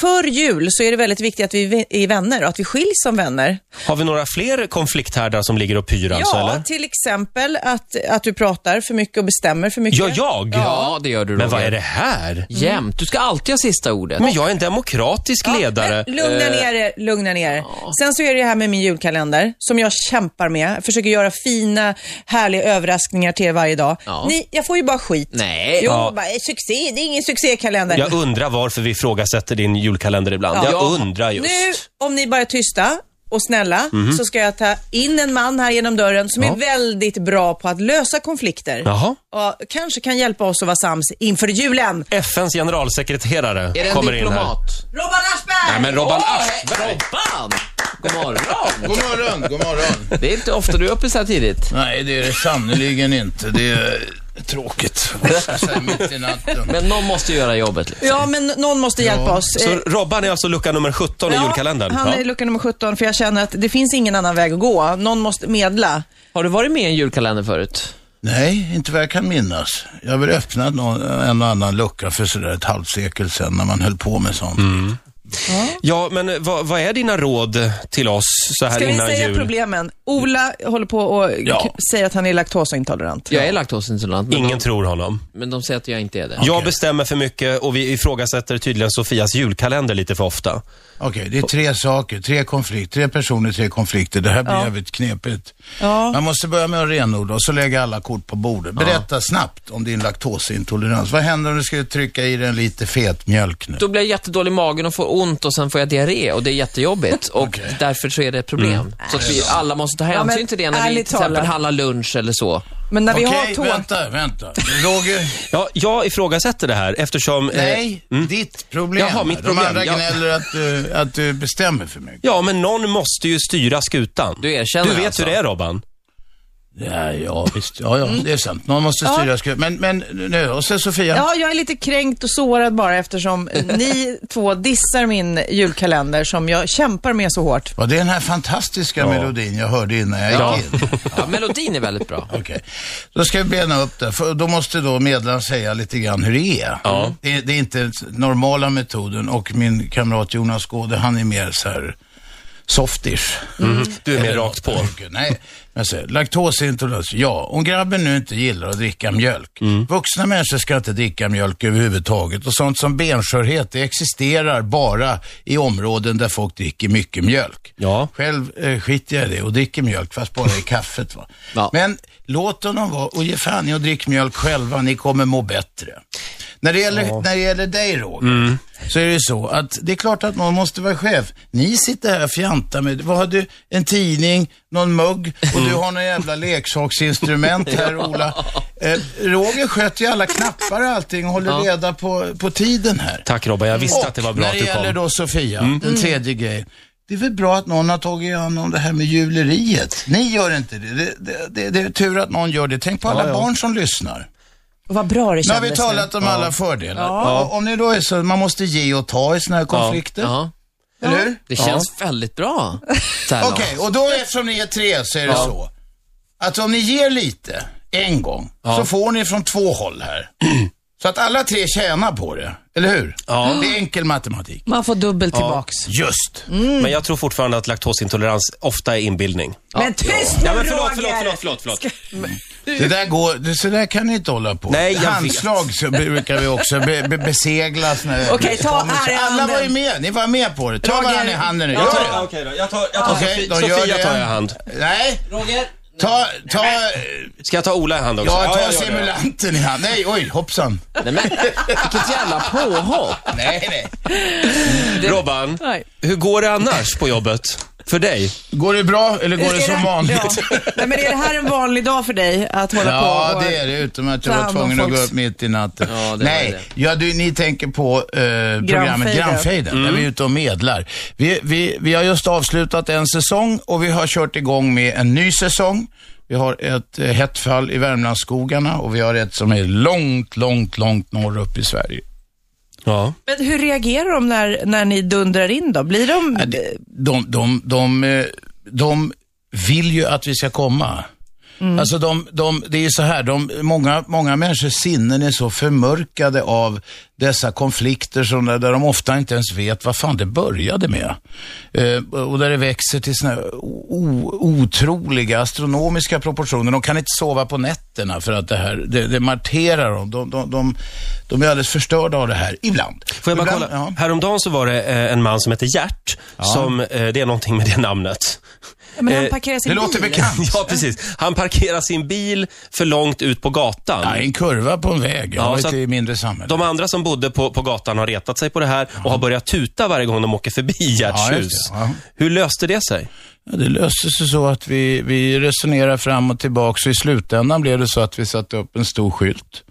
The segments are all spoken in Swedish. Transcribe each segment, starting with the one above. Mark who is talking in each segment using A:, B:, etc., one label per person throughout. A: för jul så är det väldigt viktigt att vi är vänner och att vi skiljs som vänner.
B: Har vi några fler konflikthärdar som ligger och pyr alltså,
A: ja,
B: eller?
A: till exempel att, att du pratar för mycket och bestämmer för mycket.
B: Ja, jag?
C: Ja, det gör du
B: Men
C: Roger.
B: vad är det här?
C: Jämt. Du ska alltid ha sista ordet.
B: Men jag är en demokratisk ledare. Eh.
A: Men lugna ner er, lugna ner er. Sen så är det det här med min julkalender som jag kämpar med. Jag försöker göra fina, härliga överraskningar till er varje dag.
C: Ja.
A: Ni, jag får ju bara skit.
C: Nej.
A: Jo,
B: Ja.
A: bara, eh, succé, det är ingen succékalender.
B: Jag undrar varför vi ifrågasätter din julkalender ibland.
A: Ja.
B: Jag undrar just. Mhm.
A: Nu, om ni bara är tysta och snälla, så ska jag ta in en man här genom dörren som är väldigt bra på att lösa konflikter.
B: Jaha.
A: Och kanske kan hjälpa oss att vara sams inför julen.
B: FNs generalsekreterare
C: Är det en
B: kommer in här.
C: diplomat?
A: Robban Aschberg!
C: Nej, men Robban Aschberg. Robban! God morgon.
D: God morgon, god morgon.
C: Det är inte ofta du är uppe så här tidigt.
D: Nej, det är det sannerligen inte. Det är tråkigt. Så här mitt i natten.
C: Men någon måste göra jobbet. Liksom.
A: Ja, men någon måste hjälpa oss.
B: Så
A: Eh,
B: Robban är alltså lucka nummer 17 i
A: ja,
B: julkalendern?
A: Han är i
B: Ja.
A: lucka nummer 17, för jag känner att det finns ingen annan väg att gå. Någon måste medla.
C: Har du varit med i en julkalender förut?
D: Nej, inte vad jag kan minnas. Jag har väl öppnat någon, en och annan lucka för sådär ett halvsekel sedan när man höll på med sånt.
A: Mm.
B: ja, men eh, vad, vad är dina råd till oss så här
A: Ska vi
B: innan
A: säga
B: jul?
A: problemen? Ola håller på och
D: Ja.
A: säger att han är laktosintolerant.
C: Jag är laktosintolerant, men,
B: Ingen
C: de,
B: tror honom.
C: men de säger att jag inte är det.
B: Jag bestämmer för mycket och vi ifrågasätter tydligen Sofias julkalender lite för ofta.
D: Okej, det är tre saker, tre konflikter, tre personer, tre konflikter. Det här blir jävligt knepigt.
A: Ja.
D: Man måste börja med att renodla och så lägga alla kort på bordet. Berätta snabbt om din laktosintolerans. Vad händer om du skulle trycka i den lite fet mjölk nu?
C: Då blir jag jättedålig i magen och får ont och sen får jag diarré och det är jättejobbigt. Och därför så är det ett problem. Så att vi alla måste ta hänsyn
A: men
C: till det när vi till
A: ärligt
C: exempel
A: talat.
C: handlar lunch eller så.
A: Men när vi har
D: Okej,
A: tå...
D: vänta, vänta. Roger,
B: Ja, jag ifrågasätter det här eftersom... eh,
D: Nej, ditt problem.
B: Jaha, mitt
D: De
B: problem,
D: andra
B: ja.
D: gnäller att du, att du bestämmer för mycket.
B: Ja, men någon måste ju styra skutan.
C: Du erkänner
B: Du vet
C: alltså?
B: hur det är, Robban.
D: Ja, ja visst. Ja, ja, det är sant. Någon måste styra. sku- Men, men nu, och sen Sofia.
A: Ja, jag är lite kränkt och sårad bara eftersom ni två dissar min julkalender som jag kämpar med så hårt.
D: Ja, det är den här fantastiska melodin jag hörde innan jag
C: Ja.
D: gick in.
C: Ja, melodin är väldigt bra.
D: Okej, då ska vi bena upp det. För då måste då medlaren säga lite grann hur det är. Det, det är inte den normala metoden och min kamrat Jonas Gåde, han är mer så här softish.
B: Du är mer
D: Eller
B: rakt på.
D: något mycket. Nej, men så, laktosintolerans. Ja, om grabben nu inte gillar att dricka mjölk.
B: Mm.
D: Vuxna människor ska inte dricka mjölk överhuvudtaget och sånt som benskörhet, det existerar bara i områden där folk dricker mycket mjölk.
B: Ja.
D: Själv eh, skiter jag i det och dricker mjölk, fast bara i kaffet. Va?
C: Ja.
D: Men låt honom vara och ge fan i att dricka mjölk själva, ni kommer må bättre. När det gäller, när det gäller dig Roger,
B: Mm.
D: så är det ju så att det är klart att någon måste vara chef. Ni sitter här och fjantar med, vad har du, en tidning, någon mugg och du har några jävla leksaksinstrument här Ola. Eh, Roger sköter ju alla knappar och allting och håller reda på, på tiden här.
B: Tack, Robban. Jag visste att det var bra
D: när
B: att
D: det
B: du
D: gäller
B: kom. Mm.
D: då Sofia, den tredje grejen. Det är väl bra att någon har tagit hand om det här med juleriet. Ni gör inte det. Det, det, det, det är tur att någon gör det. Tänk på alla barn som lyssnar.
A: Och vad bra det
D: Nu har
A: kändes
D: vi talat om alla fördelar.
A: Ja.
D: Och Om ni då är så, man måste ge och ta i sådana här konflikter.
C: Ja.
D: Eller hur?
C: Det känns väldigt bra. så här långt.
D: Okej, och då eftersom ni är tre så är det så. Att om ni ger lite, en gång, så får ni från två håll här. Så att alla tre tjänar på det, eller hur? Det är enkel matematik.
A: Man får dubbelt tillbaks.
D: Just.
B: Men jag tror fortfarande att laktosintolerans ofta är inbildning.
A: Men tyst nu
B: Ja, men förlåt,
A: Roger!
B: förlåt, förlåt, förlåt, förlåt.
D: Det där går, det, så där kan ni inte hålla på.
B: Nej, jag vet.
D: Handslag så brukar vi också be, be, besegla såna där
A: Okej, ta här i
D: Alla
A: handen.
D: var ju med, ni var med på det. Ta
A: Roger.
D: varandra i handen nu, gör det.
B: Okej då, jag tar, jag tar
D: Okej,
B: Sofi-
D: då gör
B: Sofia
D: det.
B: tar jag hand.
D: Nej,
C: Roger?
D: ta, ta,
B: Ska jag ta Ola i hand också?
D: ja, ta
B: jag gör det.
D: simulanten i hand. Nej, oj, hoppsan.
C: Nej men, vilket jävla påhopp.
D: Nej, nej.
B: Robban,
A: Nej.
B: hur går det annars på jobbet? För dig?
D: Går det bra eller går det som vanligt?
A: Ja. Nej, men är det här en vanlig dag för dig att hålla på
D: Ja,
A: och...
D: det är det. Utom att jag
A: ta
D: var
A: hand om
D: tvungen att gå
A: folks-
D: upp mitt i natten.
C: Ja, det var det.
D: Nej, ja, du, ni tänker på eh,
A: Grannfejden.
D: programmet Grannfejden, där vi är ute och medlar. Vi, vi, vi har just avslutat en säsong och vi har kört igång med en ny säsong. Vi har ett eh, hett fall i Värmlandsskogarna och vi har ett som är långt, långt, långt norr upp i Sverige.
B: Ja.
A: Men hur reagerar de när, när ni dundrar in då? Blir de...
D: Ja, det- De, de, de, eh, de vill ju att vi ska komma. Alltså de, de, det är ju så här, de, många, många människors sinnen är så förmörkade av dessa konflikter som, där där de ofta inte ens vet vad fan det började med. Eh, och där det växer till såna här o- otroliga astronomiska proportioner. De kan inte sova på nätterna för att det här, det, det marterar dem. De, de, de, de är alldeles förstörda av det här, ibland.
B: Får jag bara
D: ibland,
B: kolla? Häromdagen så var det eh, en man som heter Gert, som, eh, det är någonting med det namnet.
A: Ja, Men han
B: Eh,
A: parkerar sin
D: Det låter
A: bil.
D: bekant.
B: Ja, precis. Han parkerar sin bil för långt ut på gatan.
D: Ja, en kurva på en väg.
B: Ja,
D: Jag har varit
B: så att-
D: i mindre samhälle.
B: De andra som bodde på, på gatan har retat sig på det här och har börjat tuta varje gång de åker förbi Gerts
D: Ja, just det.
B: hus.
D: Ja.
B: Hur löste det sig?
D: Ja, det löste sig så att vi, vi resonerar fram och tillbaka så i slutändan blev det så att vi satte upp en stor skylt.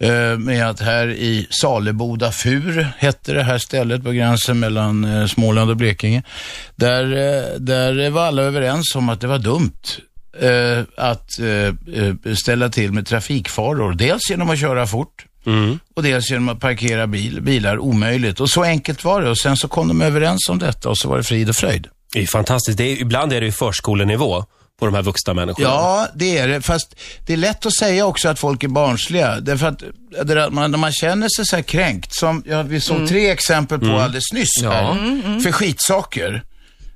D: eh, Med att här i Saleboda fur, hette det här stället på gränsen mellan eh, Småland och Blekinge. Där, eh, där var alla överens om att det var dumt eh, att eh, eh, ställa till med trafikfaror. Dels genom att köra fort, och dels genom att parkera bil, bilar omöjligt. Och så enkelt var det och sen så kom de överens om detta och så var det frid och fröjd.
B: Det är ju fantastiskt. Det är, ibland är det ju förskolenivå på de här vuxna människorna.
D: Ja, det är det. Fast det är lätt att säga också att folk är barnsliga. Därför att det där, man, när man känner sig så här kränkt, som ja, vi såg tre exempel på alldeles nyss här, för skitsaker.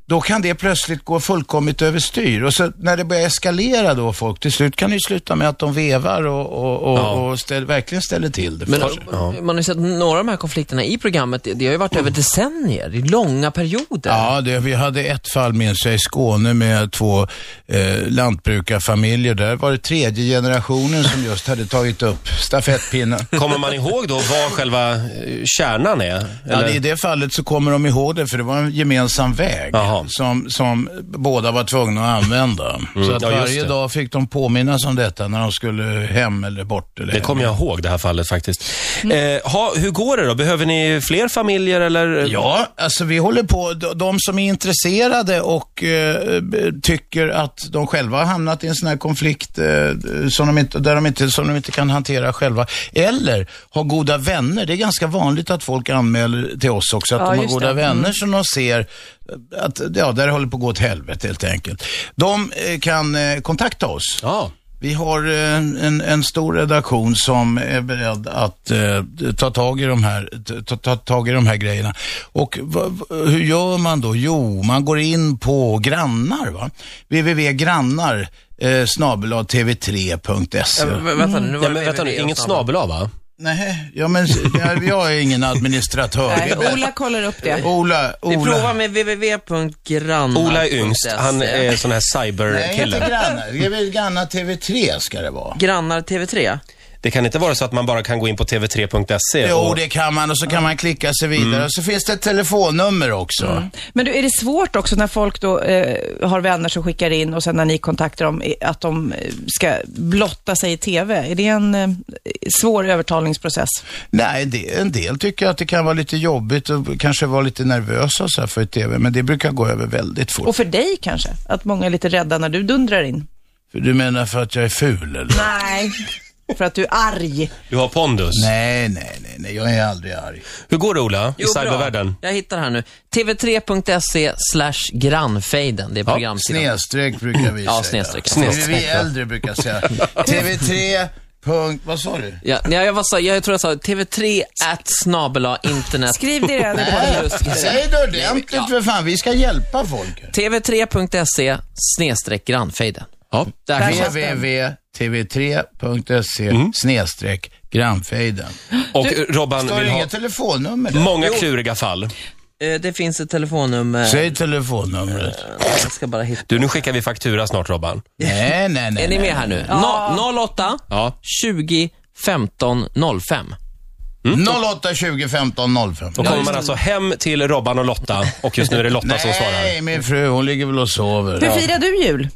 D: Då kan det plötsligt gå fullkomligt överstyr. Och så när det börjar eskalera då folk, till slut kan det ju sluta med att de vevar och, och, och, och ställ, verkligen ställer till det för
C: Men
D: sig.
C: man har ju sett några av de här konflikterna i programmet. Det det har ju varit över decennier, i långa perioder.
D: Ja, det, vi hade ett fall minns jag i Skåne med två eh, lantbrukarfamiljer. Där var det tredje generationen som just hade tagit upp stafettpinnen.
B: Kommer man ihåg då vad själva eh, kärnan är?
D: Ja,
B: Eller?
D: det- I det fallet så kommer de ihåg det, för det var en gemensam väg
B: Jaha.
D: som, som båda var tvungna att använda. Så att
B: Mm. Ja, just
D: varje
B: det.
D: dag fick de påminnas om detta när de skulle hem eller bort. Eller
B: Det kommer jag ihåg det här fallet faktiskt.
D: Mm.
B: Eh, ha, hur går det då? Behöver ni fler familjer eller?
A: Eh,
D: Ja, alltså vi håller på. De- De som är intresserade och eh, b- tycker att de själva har hamnat i en sån här konflikt eh, som, de inte, där de inte, som de inte kan hantera själva. Eller har goda vänner. Det är ganska vanligt att folk anmäler till oss också att
A: Ja,
D: de har
A: just
D: goda
A: det. Mm.
D: vänner som de ser att, ja, där håller på att gå åt helvete helt enkelt. De eh, kan eh, kontakta oss.
B: Ja.
D: Vi har eh, en, en stor redaktion som är beredd att eh, ta, tag i de här, ta, ta tag i de här grejerna. Och va, va- hur gör man då? Jo, man går in på grannar, va? www.grannar eh, snabel-a tv3.se.
C: Ja, men vänta nu, nu var
B: Ja,
C: det
B: men vänta nu,
C: BBB och
B: inget
C: snabbare.
B: snabel av, va?
D: Nej, ja, men, jag, jag är ingen administratör.
A: Nej, Ola kollar upp det.
D: Ola,
C: Vi provar
D: Ola.
C: med www.grannar.se.
B: Ola är yngst. Han är sån här
D: Mm. Nej, inte
B: cyberkille.
D: grannar. Det är väl grannar TV3 ska det vara.
C: Grannar TV3.
B: Det kan inte vara så att man bara kan gå in på tv3.se
D: Jo,
B: och...
D: det kan man och så kan man klicka sig vidare.
C: Mm.
D: Och så finns det ett telefonnummer också.
A: Men du, är det svårt också när folk då eh, har vänner som skickar in och sen när ni kontaktar dem, eh, att de eh, ska blotta sig i TV? Är det en eh, svår övertalningsprocess?
D: Nej, det, en del tycker att det kan vara lite jobbigt och kanske vara lite nervösa och så här för TV, men det brukar gå över väldigt fort.
A: Och för dig kanske? Att många är lite rädda när du dundrar in?
D: För Du menar för att jag är ful eller?
A: Nej. För att du är arg.
B: Du har pondus.
D: Nej, nej, nej, nej, jag är aldrig arg.
B: Hur går det Ola, i
C: Jo, bra.
B: cybervärlden?
C: Jag hittar här nu. TV3.se E slash grannfejden. Det är programsidan.
D: Snedstreck brukar vi
C: Ja,
D: säga.
C: snedstreck.
D: Vi,
C: Snedstreck,
D: vi äldre brukar säga. TV3 punkt, vad sa du?
C: Ja, nej, jag, var, så- jag tror jag sa TV3 at snabela internet.
A: Skriv det redan i podden.
C: Just det.
D: Säg det ordentligt för fan, vi ska hjälpa folk.
C: TV3.se E snedstreck grannfejden. Ja. Mm. Där kan man.
D: www.tv3.se snedstreck grannfejden.
B: Och Robban
D: Står
B: vill
D: det
B: ha
D: inget telefonnummer där?
B: många kluriga fall.
C: Eh, Det finns ett telefonnummer.
D: Säg telefonnumret.
C: Jag ska bara hitta.
B: Du, nu skickar vi faktura snart Robban.
D: Nej, nej, nej.
C: Är ni
D: nej.
C: med här nu? No, 08
B: Ja.
C: 20 15 05.
D: Mm. 08 20 15 05.
B: Då kommer man alltså hem till Robban och Lotta och just nu är det Lotta som svarar.
D: Nej, min fru, hon ligger väl och sover.
A: Hur
D: Ja.
A: firar du jul?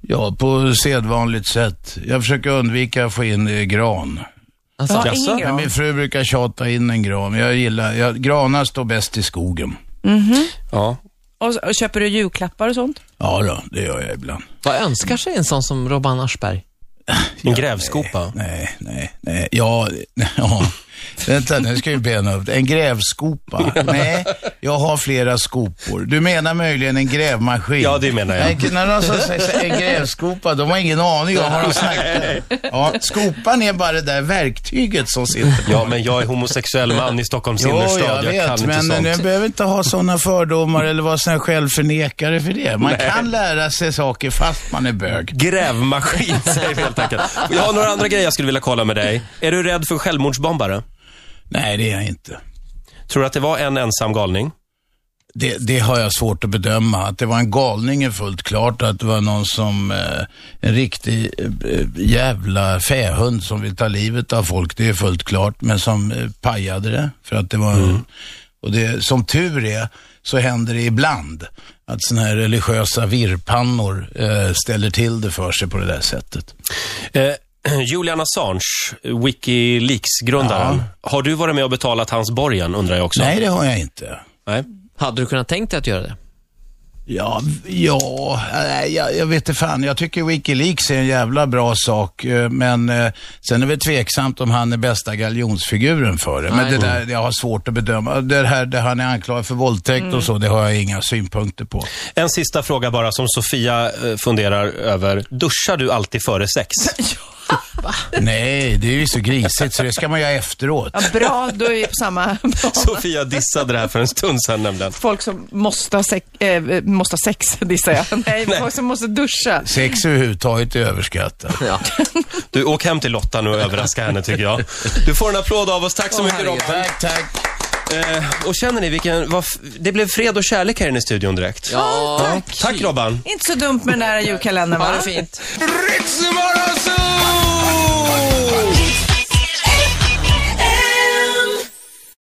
D: Ja, på sedvanligt sätt. Jag försöker undvika att få in eh, gran.
C: Alltså,
A: Ja,
B: jaså?
A: ingen
D: Men
A: gran.
D: min fru brukar tjata in en gran. Jag gillar, jag, granar står bäst i skogen.
B: Ja.
A: Och, och köper du julklappar och sånt?
D: Ja då, det gör jag ibland.
C: Vad önskar sig en sån som Robban Aschberg?
B: En grävskopa.
D: Nej, nej, nej. Ja, ja. Vänta, nu ska vi bena upp det. En grävskopa? Nej, jag har flera skopor. Du menar möjligen en grävmaskin?
B: Ja, det menar jag.
D: Nej, när någon som säger så här, en grävskopa, de har ingen aning om vad de snackar om. ja, Skopan är bara det där verktyget som sitter på.
B: Ja, men jag är homosexuell man i Stockholms
D: Jo,
B: innerstad. Jag, kan inte
D: men
B: sånt.
D: jag behöver inte ha sådana fördomar eller vara sån här självförnekare för det. Man kan lära sig saker fast man är bög.
B: Grävmaskin, säger vi helt enkelt. Jag har några andra grejer jag skulle vilja kolla med dig. Är du rädd för självmordsbombare?
D: Nej, det är jag inte.
B: Tror du att det var en ensam galning?
D: Det, det har jag svårt att bedöma. Att det var en galning är fullt klart. Att det var någon som, eh, en riktig eh, jävla fähund som vill ta livet av folk, det är fullt klart. Men som eh, pajade det. För att det var, och det, som tur är så händer det ibland att sådana här religiösa virrpannor eh, ställer till det för sig på det där sättet.
B: Eh, Julian Assange, Wikileaks-grundaren. Har du varit med och betalat hans borgen, undrar jag också?
D: Nej, det har jag inte.
B: Nej.
C: Hade du kunnat tänkt dig att göra det?
D: Ja, ja nej, jag, jag vet inte fan. Jag tycker Wikileaks är en jävla bra sak, eh, men eh, sen är det tveksamt om han är bästa galjonsfiguren för det. Men
C: Nej.
D: det där, jag har svårt att bedöma. Det här där han är anklagad för våldtäkt och så, det har jag inga synpunkter på.
B: En sista fråga bara som Sofia eh, funderar över. Duschar du alltid före sex?
D: Nej, det är ju så grisigt så det ska man göra efteråt.
A: Ja, bra, då är vi på samma bana.
B: Sofia dissade det här för en stund sedan nämligen.
A: Folk som måste ha sex, eh, måste ha sex dissar jag. Nej, folk som måste duscha.
D: Sex överhuvudtaget är överskattat.
C: Ja.
B: Du, åk hem till Lotta nu och överraska henne tycker jag. Du får en applåd av oss. Tack så
C: Åh,
B: mycket Robin.
C: herregud.
D: Tack, tack.
B: Eh, och känner ni vilken... Vad f- det blev fred och kärlek här inne i studion direkt.
C: ja.
B: Tack Robban.
A: Inte så dumt med den där julkalendern, va?
C: Ha det fint.
B: Ritzmorgonzoo!